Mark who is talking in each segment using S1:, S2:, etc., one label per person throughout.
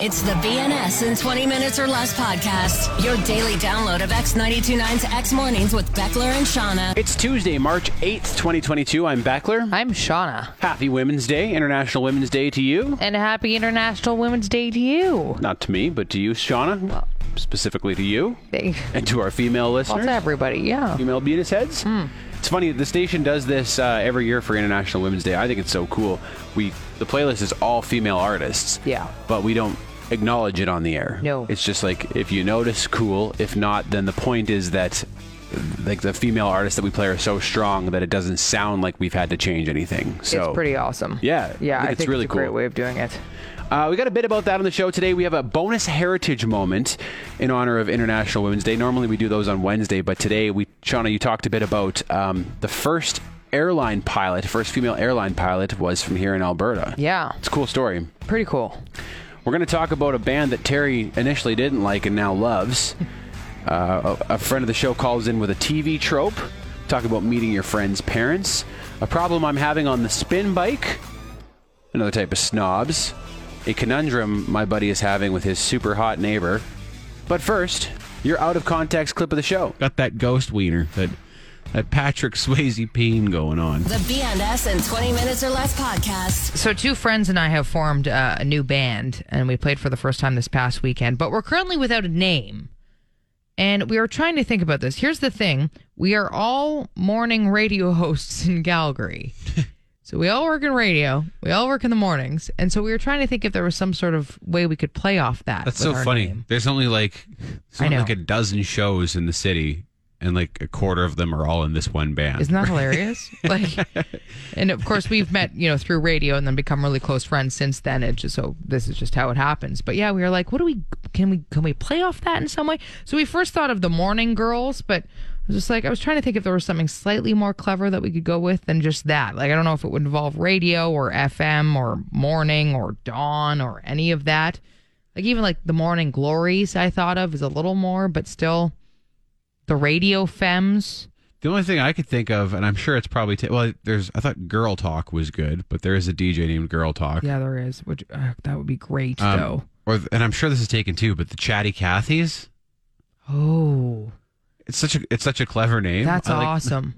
S1: It's the BNS in 20 minutes or less podcast, your daily download of X929's X Mornings with Beckler and Shauna.
S2: It's Tuesday, March 8th, 2022. I'm Beckler.
S3: I'm Shauna,
S2: Happy Women's Day, International Women's Day to you.
S3: and happy International Women's Day to you.
S2: Not to me, but to you, Shauna. Specifically to you
S3: Big-
S2: and to our female
S3: Well,
S2: listeners.
S3: to everybody, yeah.
S2: Female penis heads.
S3: Hmm.
S2: It's funny, the station does this uh, every year for International Women's Day. I think it's so cool. We The playlist is all female artists.
S3: Yeah.
S2: But we don't acknowledge it on the air.
S3: No.
S2: It's just like, if you notice, cool. If not, then the point is that like the female artists that we play are so strong that it doesn't sound like we've had to change anything. So
S3: it's pretty awesome.
S2: Yeah,
S3: yeah.
S2: I
S3: I
S2: think
S3: think
S2: it's really
S3: a great
S2: cool.
S3: way of doing it.
S2: Uh, we got a bit about that on the show today. We have a bonus heritage moment in honor of International Women's Day. Normally we do those on Wednesday, but today we, Shauna, you talked a bit about um, the first airline pilot, first female airline pilot was from here in Alberta.
S3: Yeah,
S2: It's a cool story.
S3: pretty cool.
S2: We're going to talk about a band that Terry initially didn't like and now loves. Uh, a, a friend of the show calls in with a TV trope. Talk about meeting your friend's parents. A problem I'm having on the spin bike. Another type of snobs. A conundrum my buddy is having with his super hot neighbor. But first, your out of context clip of the show.
S4: got that ghost wiener, that that Patrick Swayze pain going on.
S1: The BNS in 20 minutes or less podcast.
S3: So, two friends and I have formed uh, a new band, and we played for the first time this past weekend, but we're currently without a name. And we are trying to think about this. Here's the thing we are all morning radio hosts in Calgary. so, we all work in radio, we all work in the mornings. And so, we were trying to think if there was some sort of way we could play off that.
S4: That's
S3: with
S4: so
S3: our
S4: funny.
S3: name.
S4: There's only like there's
S3: I
S4: only
S3: know.
S4: like a dozen shows in the city, and like a quarter of them are all in this one band.
S3: Isn't that hilarious? like, and of course we've met, you know, through radio and then become really close friends since then. It just so this is just how it happens. But yeah, we were like, what do we can we can we play off that in some way? So we first thought of the morning girls, but I was just like I was trying to think if there was something slightly more clever that we could go with than just that. Like I don't know if it would involve radio or FM or morning or dawn or any of that. Like even like the morning glories I thought of is a little more, but still the radio femmes.
S4: the only thing I could think of, and I'm sure it's probably ta well, there's I thought Girl Talk was good, but there is a DJ named Girl Talk.
S3: Yeah, there is. Which uh, that would be great
S4: Um,
S3: though.
S4: Or and I'm sure this is taken too, but the Chatty Cathy's.
S3: Oh,
S4: It's such a it's such a clever name.
S3: that's
S4: I like-
S3: awesome.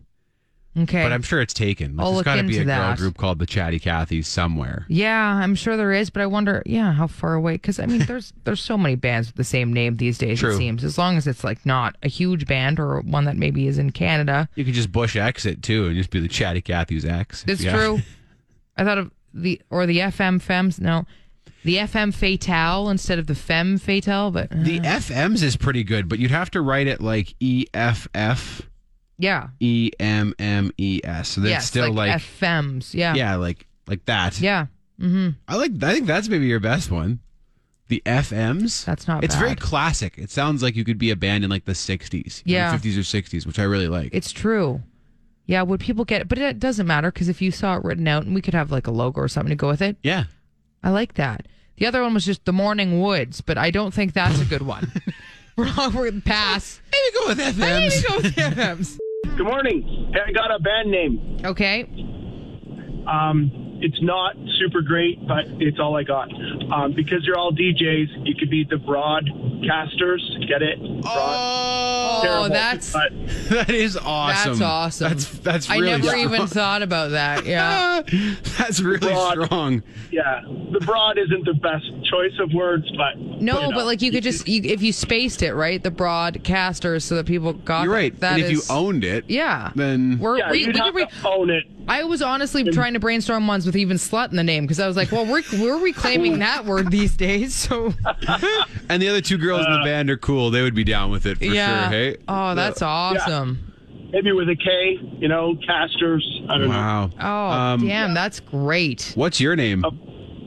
S3: Okay,
S4: But I'm sure it's taken.
S3: I'll
S4: there's
S3: look
S4: got to be
S3: into
S4: a girl
S3: that.
S4: group called the Chatty Cathy's somewhere.
S3: yeah, I'm sure there is, but I wonder, yeah, how far away? Because I mean, there's there's so many bands with the same name these days.
S4: True.
S3: It seems as long as it's like not a huge band or one that maybe is in Canada.
S4: You could just Bush exit too, and just be the Chatty Cathy's ex.
S3: It's
S4: Yeah.
S3: true. I thought of the or the FM Femmes. No, the FM Fatale instead of the Femme Fatale. But uh,
S4: The FMs is pretty good, but you'd have to write it like E F F
S3: yeah,
S4: E M M E S. So that's
S3: yes,
S4: still like,
S3: FMs. Yeah,
S4: yeah, like like that.
S3: yeah. Mm-hmm.
S4: I like. I think that's maybe your best one. The FMs.
S3: That's not
S4: It's very
S3: bad.
S4: classic. It sounds like you could be a band in like the '60s, you know,
S3: Yeah.
S4: '50s or '60s, which I really like.
S3: It's true. Yeah, would people get it? But it doesn't matter because if you saw it written out and we could have like a logo or something to go with it,
S4: yeah.
S3: I like that. The other one was just the Morning Woods, but I don't think that's a good one. we're all we're pass.
S4: Maybe go with
S3: Maybe
S4: FMs.
S3: go with the FMs.
S5: Good morning. Hey, I got a band name.
S3: Okay.
S5: Um, it's not super great, but it's all I got. Um, because you're all DJs, you could be the broadcasters. Get it? Broad-
S4: Oh,
S3: Oh,
S5: terrible,
S3: that's
S5: but
S4: that is awesome.
S3: that's awesome.
S4: That's that's
S3: I
S4: really.
S3: never
S4: strong.
S3: even thought about that. Yeah.
S4: that's really
S5: Broad.
S4: strong.
S5: yeah, the broad isn't the best choice of words, but
S3: No,
S5: you know,
S3: but like you could just you, if you spaced it right, the broadcasters, so that people got
S4: You're right.
S3: it. That
S4: and if
S3: is-
S4: you owned it,
S3: yeah,
S4: then
S3: we're
S5: yeah,
S3: we,
S5: you'd
S3: we could
S5: have
S3: re-
S5: to own it.
S3: I was honestly trying to brainstorm ones with even slut in the name because I was like, well, we're, we're reclaiming that word these days. So,
S4: And the other two girls in the band are cool. They would be down with it for
S3: yeah.
S4: sure. Hey.
S3: Oh, that's awesome.
S5: Maybe with a K, you know, casters. I don't
S4: Wow. Um,
S3: Oh, damn. That's great.
S5: Oh,
S4: What's your name?
S5: know.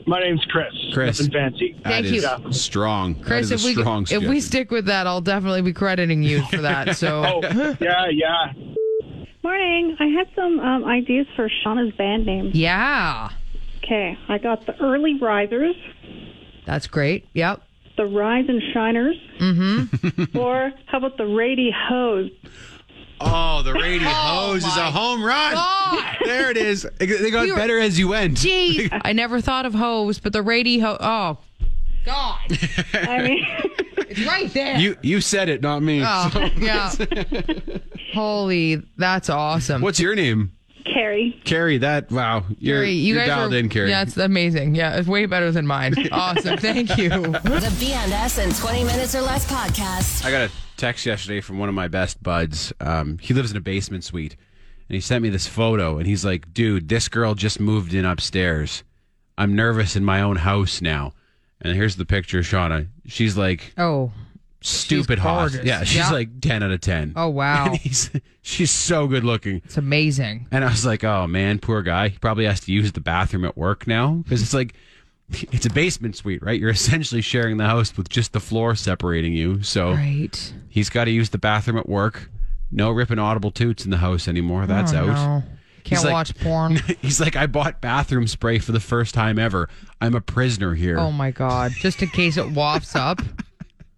S5: My name's Chris.
S4: Chris.
S5: Nothing fancy.
S4: That
S3: Thank
S4: is
S3: you.
S4: Strong. That
S3: Chris,
S4: is a
S3: if we
S4: strong
S3: if we
S4: suggestion.
S3: stick with that, I'll definitely be crediting you for that. So
S5: Oh, yeah, yeah.
S6: Morning. I had some um, ideas for Shauna's band name.
S3: yeah,
S6: Okay, I got the Early Risers,
S3: that's great. Yep.
S6: the Rise and Shiners, mm-hmm. or how about the Rady Hoes?
S4: Oh, the radio hose is a home run.
S3: God.
S4: There it is. They got
S3: We were-
S4: better as you went.
S3: Jeez, I never thought of hose, but the radio. Oh, God,
S6: I mean,
S3: it's right there.
S4: You you said it, not me.
S3: Oh, yeah. Holy, that's awesome.
S4: What's your name?
S6: Carrie.
S4: Carrie, that wow. You're,
S3: Carrie, you
S4: you are
S3: guys
S4: dialed
S3: are,
S4: in, Carrie.
S3: Yeah, it's amazing. Yeah, it's way better than mine. Awesome. Thank you.
S1: The BNS in 20 minutes or less podcast.
S4: I got a text yesterday from one of my best buds. Um, he lives in a basement suite, and he sent me this photo. And he's like, "Dude, this girl just moved in upstairs. I'm nervous in my own house now." And here's the picture, of Shauna. She's like
S3: Oh,
S4: stupid hot.
S3: gorgeous.
S4: Yeah, she's
S3: Yeah.
S4: like ten out of ten.
S3: oh wow.
S4: And he's, she's so good looking.
S3: It's amazing.
S4: And I was like, oh man, poor guy. He probably has to use the bathroom at work now because it's like, it's a basement suite, right? You're essentially sharing the house with just the floor separating you. So
S3: Right.
S4: he's got to use the bathroom at work. No ripping audible toots in the house anymore. That's
S3: Oh,
S4: out.
S3: no.
S4: He's
S3: Can't
S4: like-
S3: watch porn.
S4: He's like, I bought bathroom spray for the first time ever. I'm a prisoner here.
S3: Oh my god. Just in case it wafts up.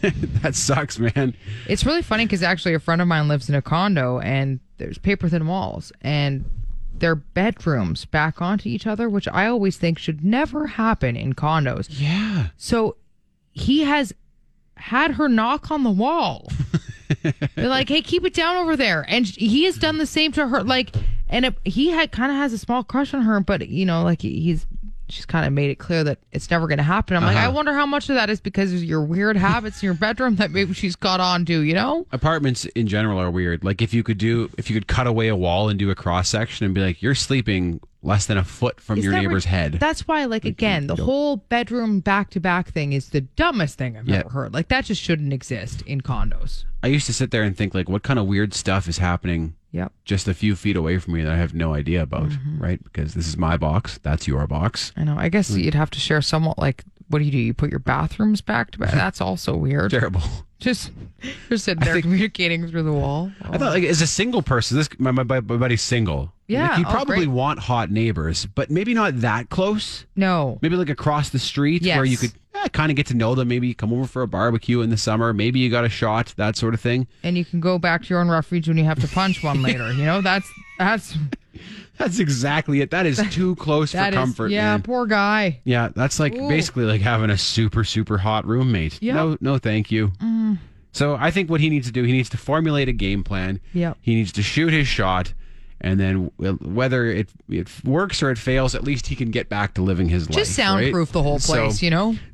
S4: That sucks, man.
S3: It's really funny because actually a friend of mine lives in a condo and there's paper thin walls and their bedrooms back onto each other, which I always think should never happen in condos.
S4: Yeah.
S3: So he has had her knock on the wall. They're like, hey, keep it down over there. And sh- he has done the same to her. Like, and it, he had kind of has a small crush on her, but you know, like he- he's she's kind of made it clear that it's never going to happen. I'm like,
S4: Uh-huh.
S3: I wonder how much of that is because of your weird habits in your bedroom that maybe she's caught on to, you know?
S4: Apartments in general are weird. Like if you could do, if you could cut away a wall and do a cross section and be like, you're sleeping less than a foot from
S3: Is
S4: your
S3: that
S4: neighbor's
S3: re-
S4: head.
S3: That's why, like, again, the whole bedroom back to back thing is the dumbest thing I've
S4: Yeah.
S3: ever heard. Like, that just shouldn't exist in condos.
S4: I used to sit there and think like, what kind of weird stuff is happening
S3: Yep.
S4: just a few feet away from me that I have no idea about,
S3: Mm-hmm.
S4: right? Because this is my box, that's your box.
S3: I know. I
S4: Hmm.
S3: guess you'd have to share somewhat like what do you do? You put your bathrooms back to back. That's also weird.
S4: Terrible.
S3: Just you're sitting there communicating through the wall.
S4: I thought like as a single person, this my my, my buddy's single.
S3: Yeah,
S4: like, you
S3: oh,
S4: probably
S3: great.
S4: want hot neighbors, but maybe not that close.
S3: no.
S4: Maybe like across the street where you
S3: Yes.
S4: could eh, kind of get to know them. Maybe you come over for a barbecue in the summer. Maybe you got a shot, that sort of thing.
S3: And you can go back to your own refuge when you have to punch one later. You know, that's that's
S4: That's exactly it. That is too close for
S3: that is
S4: comfort.
S3: yeah,
S4: man.
S3: poor guy.
S4: Yeah, that's like
S3: Ooh.
S4: basically like having a super super hot roommate.
S3: Yeah. Mm.
S4: No, no, thank you. So I think what he needs to do, he needs to formulate a game plan.
S3: Yep.
S4: He needs to shoot his shot, and then w- whether it it works or it fails, at least he can get back to living his life.
S3: Just soundproof
S4: right?
S3: the whole place, you know?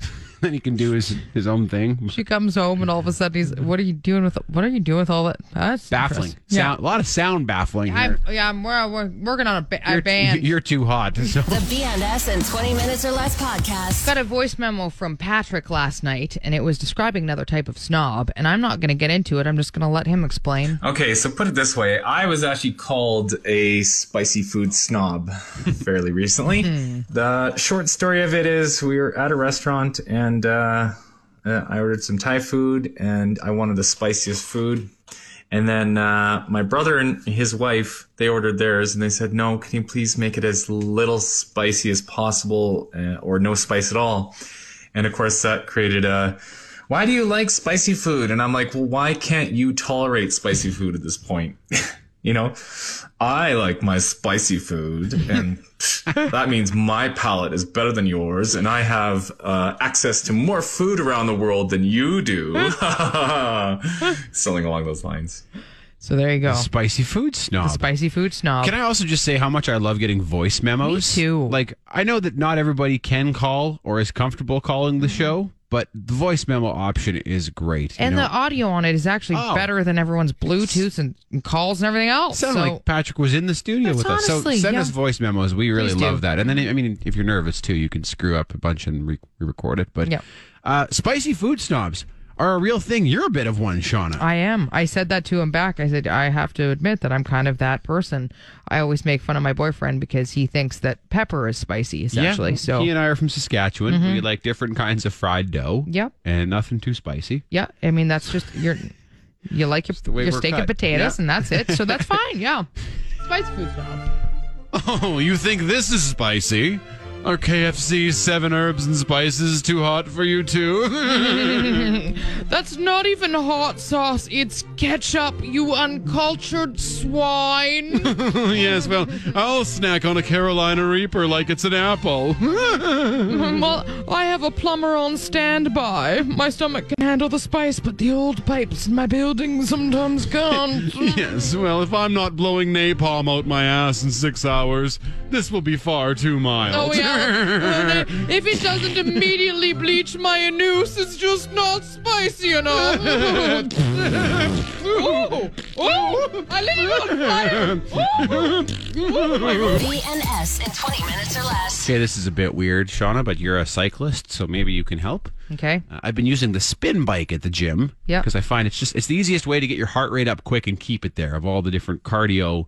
S4: Then he can do his his own thing.
S3: She comes home and all of a sudden he's what are you doing with what are you doing with all that? That's
S4: Baffling.
S3: interesting. Yeah.
S4: Sound, a lot of sound baffling
S3: I'm
S4: here.
S3: yeah, I'm we're, we're working on a, ba- a
S4: you're,
S3: band.
S4: you're too hot. So
S1: The BNS in 20 minutes or less podcast.
S3: got a voice memo from Patrick last night, and it was describing another type of snob. And I'm not going to get into it. I'm just going to let him explain.
S7: Okay, so put it this way I was actually called a spicy food snob fairly recently. the short story of it is we were at a restaurant and uh, uh, I ordered some Thai food and I wanted the spiciest food. And then uh, my brother and his wife, they ordered theirs and they said, no, can you please make it as little spicy as possible uh, or no spice at all? And of course, that created a why do you like spicy food? And I'm like, well, why can't you tolerate spicy food at this point? you know, I like my spicy food, and that means my palate is better than yours, and I have uh, access to more food around the world than you do. Something along those lines.
S3: So there you go.
S4: spicy food snob.
S3: Spicy food snob.
S4: Can I also just say how much I love getting voice memos?
S3: Um, Me too.
S4: Like I know that not everybody can call or is comfortable calling the show, but the voice memo option is great. you
S3: Mm-hmm. and
S4: know?
S3: the audio on it is actually
S4: Oh.
S3: better than everyone's Bluetooth and, and calls and everything else.
S4: sounded
S3: so
S4: like Patrick was in the studio
S3: That's
S4: with us.
S3: honestly,
S4: so send
S3: yeah.
S4: us voice memos. We really
S3: Please do.
S4: love that. And then I mean, if you're nervous too, you can screw up a bunch and re- re-record it. But
S3: Yep.
S4: uh, spicy food snobs are a real thing. You're a bit of one, Shauna.
S3: I am. I said that to him back. I said, I have to admit that I'm kind of that person. I always make fun of my boyfriend because he thinks that pepper is spicy, essentially. so, Mm-hmm.
S4: he and I are from Saskatchewan. We like different kinds of fried dough.
S3: Yep.
S4: And nothing too spicy.
S3: yeah, I mean, that's just your, you like your,
S4: the way
S3: your
S4: we're
S3: steak
S4: cut.
S3: and potatoes,
S4: Yeah.
S3: and that's it. So that's fine. Yeah. Spice food shop.
S4: Oh, you think this is spicy? Are KFC seven herbs and spices too hot for you too?
S3: That's not even hot sauce. It's ketchup, you uncultured swine.
S4: yes, well, I'll snack on a Carolina Reaper like it's an apple.
S3: well, I have a plumber on standby. My stomach can handle the spice, but the old pipes in my building sometimes can't.
S4: yes, well, if I'm not blowing napalm out my ass in six hours, this will be far too mild.
S3: Oh yeah. Well, if it doesn't immediately bleach my anus, it's just not spicy enough. Ooh, ooh, I lit it on fire.
S1: BNS in 20 minutes or less.
S4: Okay, this is a bit weird, Shauna, but you're a cyclist, so maybe you can help.
S3: Okay.
S4: Uh, I've been using the spin bike at the gym
S3: Yep.
S4: because I find it's just it's the easiest way to get your heart rate up quick and keep it there. Of all the different cardio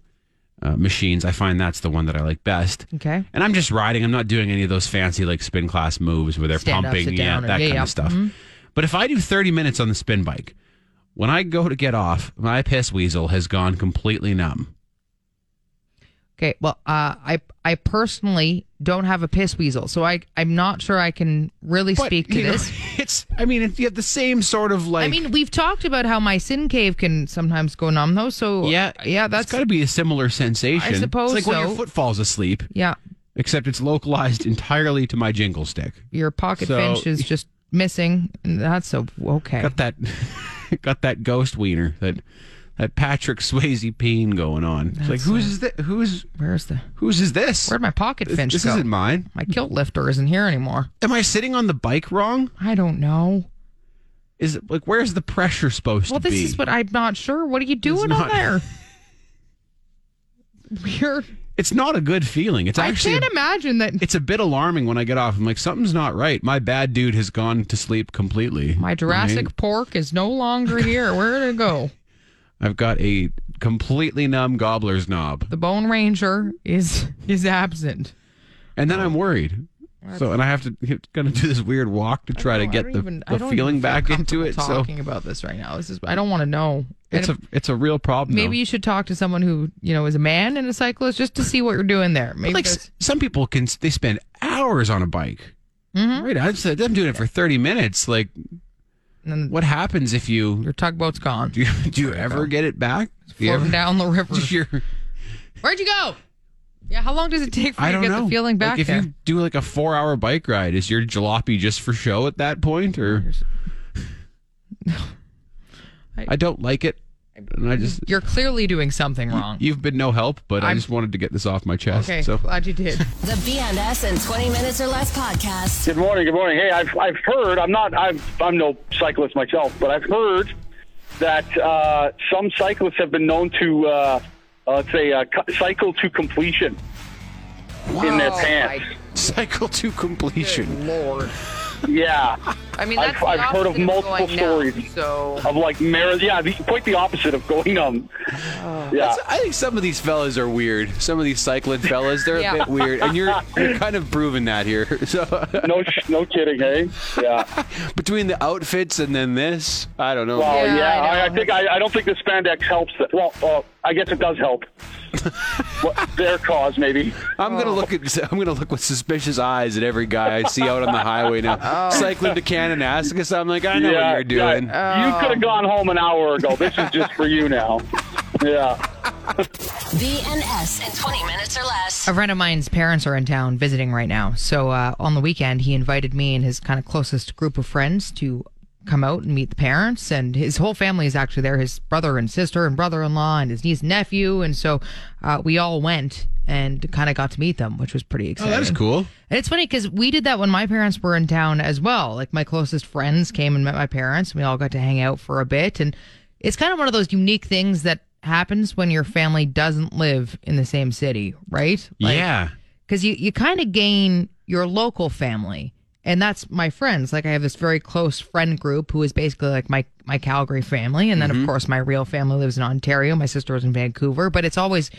S4: uh, machines, I find that's the one that I like best.
S3: Okay.
S4: And I'm just riding. I'm not doing any of those fancy like spin class moves where they're
S3: Stand up,
S4: pumping,
S3: sit
S4: yeah,
S3: down, or-
S4: that
S3: yeah,
S4: kind
S3: yeah. Mm-hmm.
S4: of stuff. But if I do 30 minutes on the spin bike, when I go to get off, my piss weasel has gone completely numb.
S3: Okay. Well, uh, I I personally don't have a piss weasel, so I I'm not sure I can really
S4: But,
S3: speak to
S4: you know,
S3: this.
S4: it's I mean it's, you have the same sort of like
S3: I mean, we've talked about how my sin cave can sometimes go numb, though. So
S4: yeah
S3: yeah, that's
S4: got to be a similar sensation.
S3: I suppose
S4: it's like when
S3: so.
S4: your foot falls asleep.
S3: yeah.
S4: except it's localized entirely to my jingle stick.
S3: Your pocket
S4: So-
S3: finch is just missing. and That's so okay.
S4: Got that, got that ghost wiener that that Patrick Swayze peen going on. It's like whose is that? Whose
S3: Where's the
S4: whose is this?
S3: where'd my pocket
S4: This-
S3: finch
S4: This
S3: go?
S4: isn't mine.
S3: my kilt lifter isn't here anymore.
S4: Am I sitting on the bike wrong?
S3: I don't know.
S4: Is it, like where's the pressure supposed
S3: Well,
S4: to
S3: this
S4: be?
S3: is what I'm not sure. What are you doing on
S4: not-
S3: there? Weird.
S4: it's not a good feeling. It's
S3: I
S4: actually.
S3: can't imagine that
S4: it's a bit alarming when I get off. I'm like, something's not right. My bad dude has gone to sleep completely.
S3: my Jurassic
S4: Right?
S3: pork is no longer here. Where did it go?
S4: I've got a completely numb gobbler's knob.
S3: The Bone Ranger is is absent.
S4: and
S3: Oh.
S4: then I'm worried. So and I have to gonna do this weird walk to try to
S3: I
S4: get
S3: don't
S4: the,
S3: even- I
S4: the
S3: don't even
S4: feeling
S3: feel
S4: back into
S3: comfortable
S4: it. So
S3: Talking about this right now, this is I don't want to know.
S4: it's a
S3: And
S4: it's a real problem.
S3: maybe
S4: though.
S3: you should talk to someone who you know is a man and a cyclist just to see what you're doing there. Maybe
S4: like
S3: there's-
S4: s- some people can s- they spend hours on a bike. Right, I just, I'm doing it for 30 minutes. Like,
S3: Mm-hmm. and then
S4: what happens if you
S3: your tugboat's gone,
S4: do? You, do you ever get it back? Do you
S3: floating
S4: ever-
S3: down the river.
S4: do you-
S3: Where'd you go? Yeah, how long does it take for
S4: I
S3: you to
S4: don't
S3: get
S4: know.
S3: the feeling
S4: Like,
S3: back
S4: if
S3: there?
S4: you do like a four hour bike ride, is your jalopy just for show at that point, or
S3: I-
S4: I don't like it, and I just
S3: You're clearly doing something wrong.
S4: You've been no help, but i
S3: I'm-
S4: just wanted to get this off my chest.
S3: okay,
S4: So
S3: glad you did.
S1: The BNS in 20 minutes or less podcast.
S8: Good morning. Good morning. Hey, I've, I've heard. I'm not. I'm, I'm no cyclist myself, but I've heard that uh, some cyclists have been known to, uh, uh, let's say, uh, cu- cycle to completion in their pants.
S4: cycle to completion.
S3: Lord.
S8: Yeah,
S3: I mean,
S8: I've-
S3: that's the
S8: I've heard of
S3: opposite
S8: multiple
S3: going down,
S8: stories.
S3: so
S8: of like mar- Yeah, the, quite the opposite of going numb. Yeah.
S2: I think some of these fellas are weird. Some of these cycling fellas, they're
S3: Yeah.
S2: a bit weird, and you're you're kind of proving that here. So
S8: No, sh- no kidding. Hey. Yeah.
S2: between the outfits and then this, I don't know.
S8: Well,
S3: Yeah,
S8: yeah.
S3: I
S8: I, I,
S3: know.
S8: think I, I don't think the spandex helps. That. Well, uh, I guess it does help. well, their cause, maybe.
S2: I'm gonna look at I'm gonna look with suspicious eyes at every guy I see out on the highway now,
S3: Oh.
S2: cycling to Kananaskis. I'm like, I know
S8: yeah,
S2: what you're doing.
S3: Uh,
S8: yeah. you could have gone home an hour ago. This is just for you now. Yeah.
S1: BNS in 20 minutes or less.
S3: A friend of mine's parents are in town visiting right now. So uh, on the weekend, he invited me and his kind of closest group of friends to come out and meet the parents. And his whole family is actually there his brother and sister and brother in law and his niece and nephew. And so uh, we all went and kind of got to meet them, which was pretty
S4: Oh,
S3: exciting.
S4: that is cool.
S3: And it's funny because we did that when my parents were in town as well. Like my closest friends came and met my parents. And we all got to hang out for a bit, and it's kind of one of those unique things that happens when your family doesn't live in the same city, right?
S4: yeah.
S3: because you you kind of gain your local family. and that's my friends. Like I have this very close friend group who is basically like my my Calgary family, and then of course my real family lives in Ontario. My sister was in Vancouver, but it's always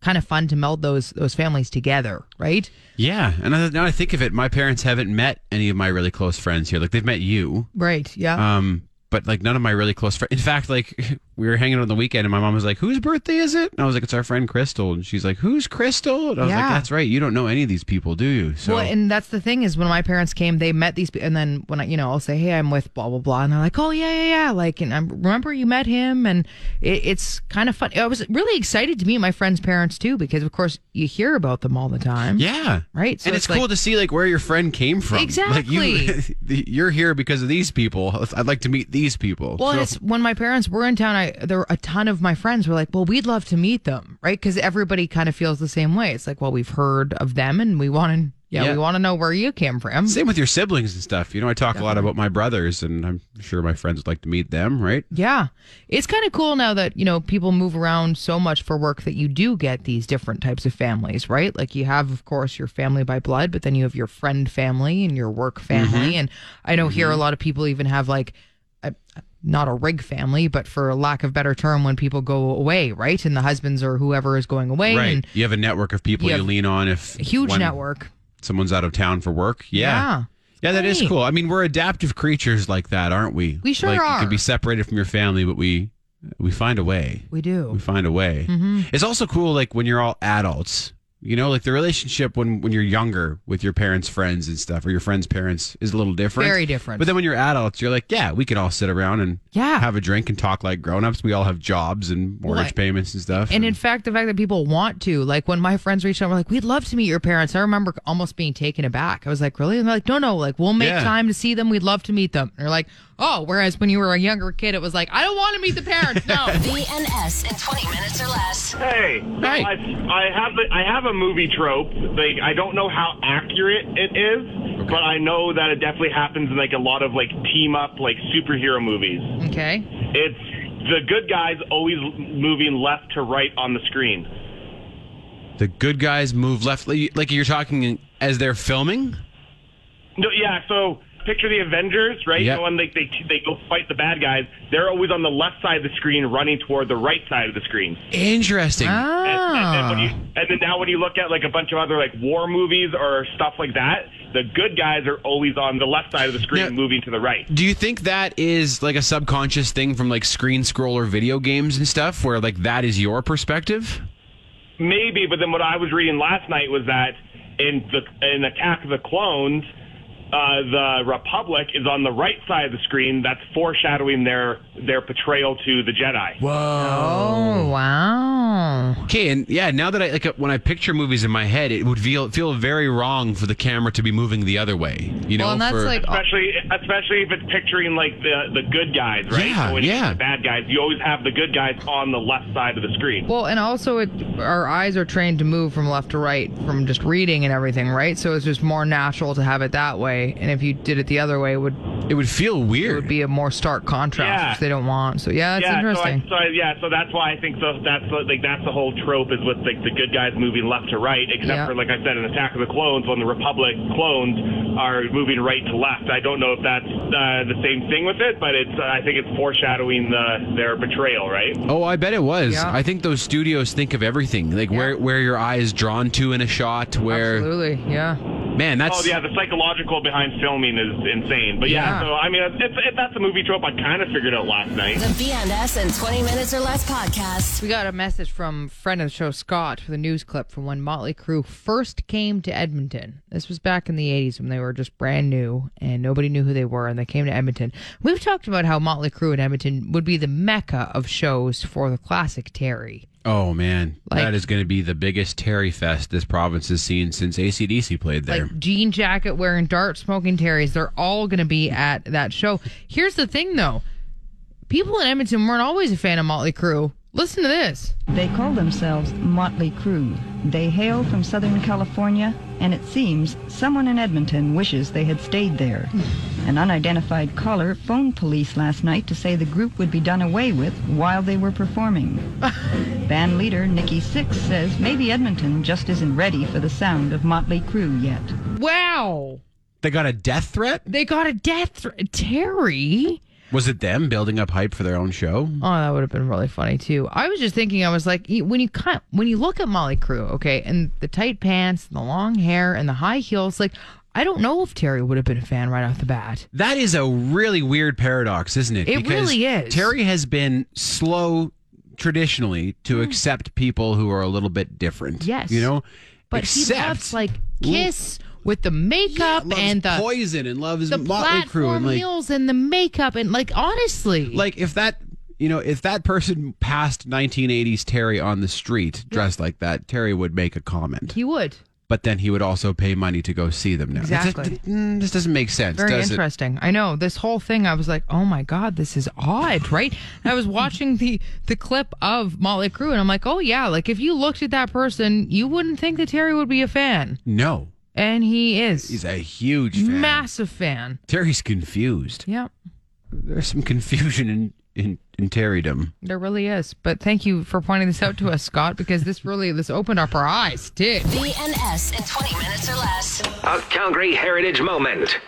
S3: kind of fun to meld those those families together, right?
S4: Yeah, and I- now I think of it, my parents haven't met any of my really close friends here. Like they've met you,
S3: Right. Yeah.
S4: um, but like none of my really close friends. In fact, like we were hanging out on the weekend, and my mom was like, "Whose birthday is it?" And I was like, "It's our friend Crystal," and she's like, "Who's Crystal?" And I was
S3: Yeah.
S4: like, "That's right, you don't know any of these people, do you?" So
S3: well, and that's the thing is when my parents came, they met these, pe- and then when I, you know, I'll say, "Hey, I'm with blah blah blah," and they're like, "Oh yeah, yeah, yeah," like, and I remember you met him, and it, it's kind of fun. I was really excited to meet my friends' parents too, because of course you hear about them all the time.
S4: yeah,
S3: Right, so
S4: and
S3: it's
S4: it's,
S3: like-
S4: cool to see like where your friend came from. Like
S3: Exactly.
S4: you, the- you're here because of these people. I'd like to meet these people.
S3: Well, and
S4: So-
S3: it's when my parents were in town. I there were a ton of my friends were like, "Well, we'd love to meet them," right? Because everybody kind of feels the same way. It's like, well, we've heard of them, and we want to, yeah,
S4: Yeah.
S3: we want to know where you came from.
S4: Same with your siblings and stuff. You know, I talk a lot about my brothers, and I'm sure my friends would like to meet them, right?
S3: Yeah. It's kind of cool now that, you know, people move around so much for work that you do get these different types of families, right? Like you have, of course, your family by blood, but then you have your friend family and your work family. And I know here a lot of people even have like, a, not a rig family, but for lack of better term, when people go away, right? And the husbands or whoever is going away. And
S4: You have a network of people
S3: You
S4: you,
S3: have
S4: lean on if
S3: a huge
S4: one-
S3: network.
S4: Someone's out of town for work. Yeah.
S3: Yeah.
S4: Yeah, that is
S3: Great.
S4: cool. I mean, we're adaptive creatures like that, aren't we?
S3: We sure
S4: like, You
S3: are.
S4: can be separated from your family, but we we find a way.
S3: We
S4: We
S3: do.
S4: find a way.
S3: Mm-hmm.
S4: It's also cool, like when you're all adults. You know, like the relationship when when you're younger with your parents' friends and stuff, or your friends' parents, is a little different.
S3: Very different.
S4: But then when you're adults, you're like, yeah, we can all sit around and
S3: Yeah.
S4: have a drink and talk like grown-ups. We all have jobs and mortgage
S3: Right.
S4: payments and stuff.
S3: And in fact, the fact that people want to, like when my friends reached out, we're like, we'd love to meet your parents. I remember almost being taken aback. I was like, really? And they're like, no, no, like we'll make
S4: Yeah.
S3: time to see them. We'd love to meet them. And they're like, oh, whereas when you were a younger kid, it was like, I don't want to meet the parents. No.
S1: BNS in 20 minutes or less.
S5: Hey,
S4: Hey.
S5: I, I have a, I have a movie trope. Like I don't know how accurate it is, but I know that it definitely happens in like a lot of like team up like superhero movies.
S3: okay.
S5: It's the good guys always moving left to right on the screen.
S4: the good guys move left. Like like you're talking as they're filming.
S5: No, yeah. So picture the Avengers, right?
S4: Yeah.
S5: The one like they they go fight the bad guys. They're always on the left side of the screen, running toward the right side of the screen.
S4: Interesting.
S5: And, and, then when you,
S3: Ah.
S5: and then now when you look at like a bunch of other like war movies or stuff like that, the good guys are always on the left side of the screen,
S4: Yeah.
S5: moving to the right.
S4: Do you think that is like a subconscious thing from like screen scroller video games and stuff, where like that is your perspective?
S5: Maybe, but then what I was reading last night was that in the in Attack of the Clones, uh, the Republic is on the right side of the screen. That's foreshadowing their their portrayal to the Jedi.
S3: Oh, wow.
S4: Okay, and yeah, now that I like uh, when I picture movies in my head, it would feel feel very wrong for the camera to be moving the other way. You know,
S3: well, and that's
S4: for-
S3: like,
S5: Especially, especially if it's picturing like the the good guys, right?
S4: Yeah,
S5: so when you
S4: yeah.
S5: see The bad guys, you always have the good guys on the left side of the screen.
S3: well, and also it, our eyes are trained to move from left to right from just reading and everything, right? So it's just more natural to have it that way. And if you did it the other way, it would
S4: it would feel
S3: it
S4: weird.
S3: would be a more stark contrast,
S5: Yeah.
S3: which they don't want. So yeah, it's
S5: yeah,
S3: interesting.
S5: So, I, so I, yeah, so that's why I think the, that's the, like that's the whole trope is with like the good guys moving left to right, except
S3: Yeah.
S5: for like I said in Attack of the Clones, when the Republic clones are moving right to left. I don't know if that's uh, the same thing with it, but it's uh, I think it's foreshadowing the, their betrayal, right?
S4: Oh, I bet it was.
S3: Yeah.
S4: I think those studios think of everything, like where where your eye is drawn to in a shot. Where
S3: Absolutely, yeah.
S4: man, that's
S5: Oh yeah, the psychological behind filming is insane. But yeah,
S3: Yeah.
S5: so I mean, it's, it, that's a movie trope I kind of figured out last night.
S1: The BNS in 20 minutes or less podcast.
S3: We got a message from friend of the show Scott for the news clip from when Motley Crue first came to Edmonton. This was back in the 80s when they were just brand new and nobody knew who they were and they came to Edmonton. We've talked about how Motley Crue in Edmonton would be the mecca of shows for the classic Terry.
S4: oh man,
S3: Like-
S4: that is going to be the biggest Terry fest this province has seen since ACDC played there.
S3: Like jean jacket wearing, dart smoking Terry's, they're all going to be at that show. Here's the thing though. People in Edmonton weren't always a fan of Motley Crue. Listen to this.
S9: They call themselves Motley Crew. They hail from Southern California, and it seems someone in Edmonton wishes they had stayed there. An unidentified caller phoned police last night to say the group would be done away with while they were performing. Band leader Nikki Six says maybe Edmonton just isn't ready for the sound of Motley Crew yet.
S3: Wow.
S4: They got a death threat?
S3: They got a death threat. Terry?
S4: Was it them building up hype for their own show?
S3: Oh, that would have been really funny too. I was just thinking, I was like, you- when you kind when you look at Molly Crew, okay, and the tight pants, and the long hair, and the high heels, like I don't know if Terry would have been a fan right off the bat.
S4: That is a really weird paradox, isn't it?
S3: It really is.
S4: Terry has been slow traditionally to accept people who are a little bit different.
S3: Hmm. Yes.
S4: You know?
S3: But
S4: Except
S3: he loves like Kiss with the makeup
S4: loves
S3: and the
S4: Poison and loves
S3: the
S4: Motley Crue
S3: platform
S4: and like
S3: heels and the makeup and like honestly,
S4: like if that you know, if that person passed 1980s Terry on the street dressed like that, Terry would make a comment.
S3: he would.
S4: but then he would also pay money to go see them now. That's-
S3: Exactly.
S4: mm, This doesn't make sense.
S3: Very
S4: does it?
S3: interesting. I know this whole thing. I was like, oh my god, this is odd, right? And I was watching the the clip of Motley Crue, and I'm like, oh yeah, like if you looked at that person, you wouldn't think that Terry would be a fan,
S4: No,
S3: and he is.
S4: he's a huge fan.
S3: massive fan.
S4: Terry's confused.
S3: Yeah,
S4: There's some confusion in in, in Terrydom.
S3: there really is. But thank you for pointing this out to us, Scott, because this really this opened up our eyes, did.
S1: BNS in 20 minutes or less.
S10: A Calgary Heritage Moment.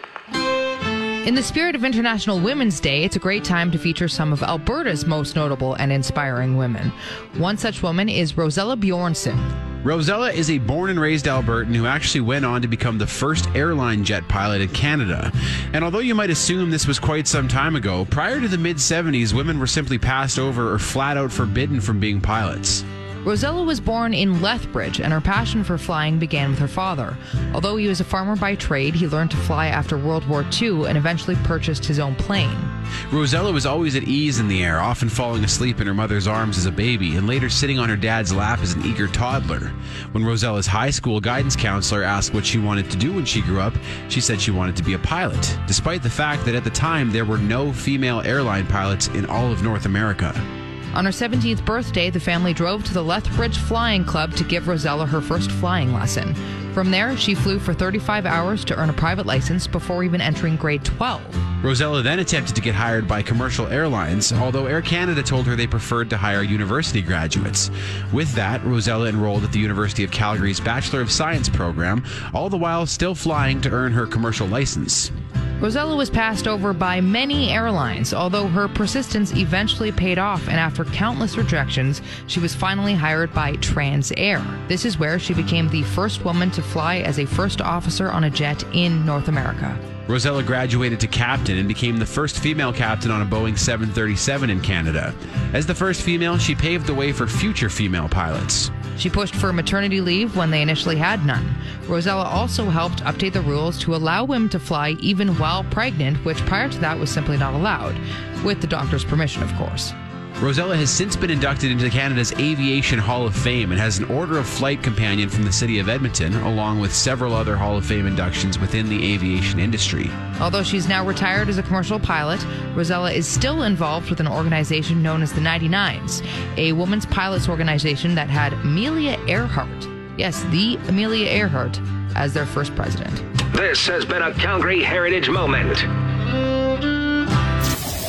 S3: In the spirit of International Women's Day, it's a great time to feature some of Alberta's most notable and inspiring women. One such woman is Rosella Bjornson.
S4: Rosella is a born and raised Albertan who actually went on to become the first airline jet pilot in Canada. And although you might assume this was quite some time ago, prior to the mid 70s, women were simply passed over or flat out forbidden from being pilots.
S3: Rosella was born in Lethbridge, and her passion for flying began with her father. Although he was a farmer by trade, he learned to fly after World War II and eventually purchased his own plane.
S4: Rosella was always at ease in the air, often falling asleep in her mother's arms as a baby and later sitting on her dad's lap as an eager toddler. When Rosella's high school guidance counselor asked what she wanted to do when she grew up, she said she wanted to be a pilot, despite the fact that at the time there were no female airline pilots in all of North America.
S3: On her 17th birthday, the family drove to the Lethbridge Flying Club to give Rosella her first flying lesson. From there, she flew for 35 hours to earn a private license before even entering grade 12.
S4: Rosella then attempted to get hired by commercial airlines, although Air Canada told her they preferred to hire university graduates. With that, Rosella enrolled at the University of Calgary's Bachelor of Science program, all the while still flying to earn her commercial license.
S3: Rosella was passed over by many airlines, although her persistence eventually paid off, and after countless rejections, she was finally hired by Transair. This is where she became the first woman to fly as a first officer on a jet in North America.
S4: Rosella graduated to captain and became the first female captain on a Boeing 737 in Canada. As the first female, she paved the way for future female pilots.
S3: She pushed for maternity leave when they initially had none. Rosella also helped update the rules to allow women to fly even while pregnant, which prior to that was simply not allowed, with the doctor's permission, of course.
S4: Rosella has since been inducted into Canada's Aviation Hall of Fame and has an Order of Flight companion from the city of Edmonton, along with several other Hall of Fame inductions within the aviation industry.
S3: Although she's now retired as a commercial pilot, Rosella is still involved with an organization known as the 99s, a women's pilots organization that had Amelia Earhart, yes, the Amelia Earhart, as their first president.
S10: This has been a Calgary Heritage Moment.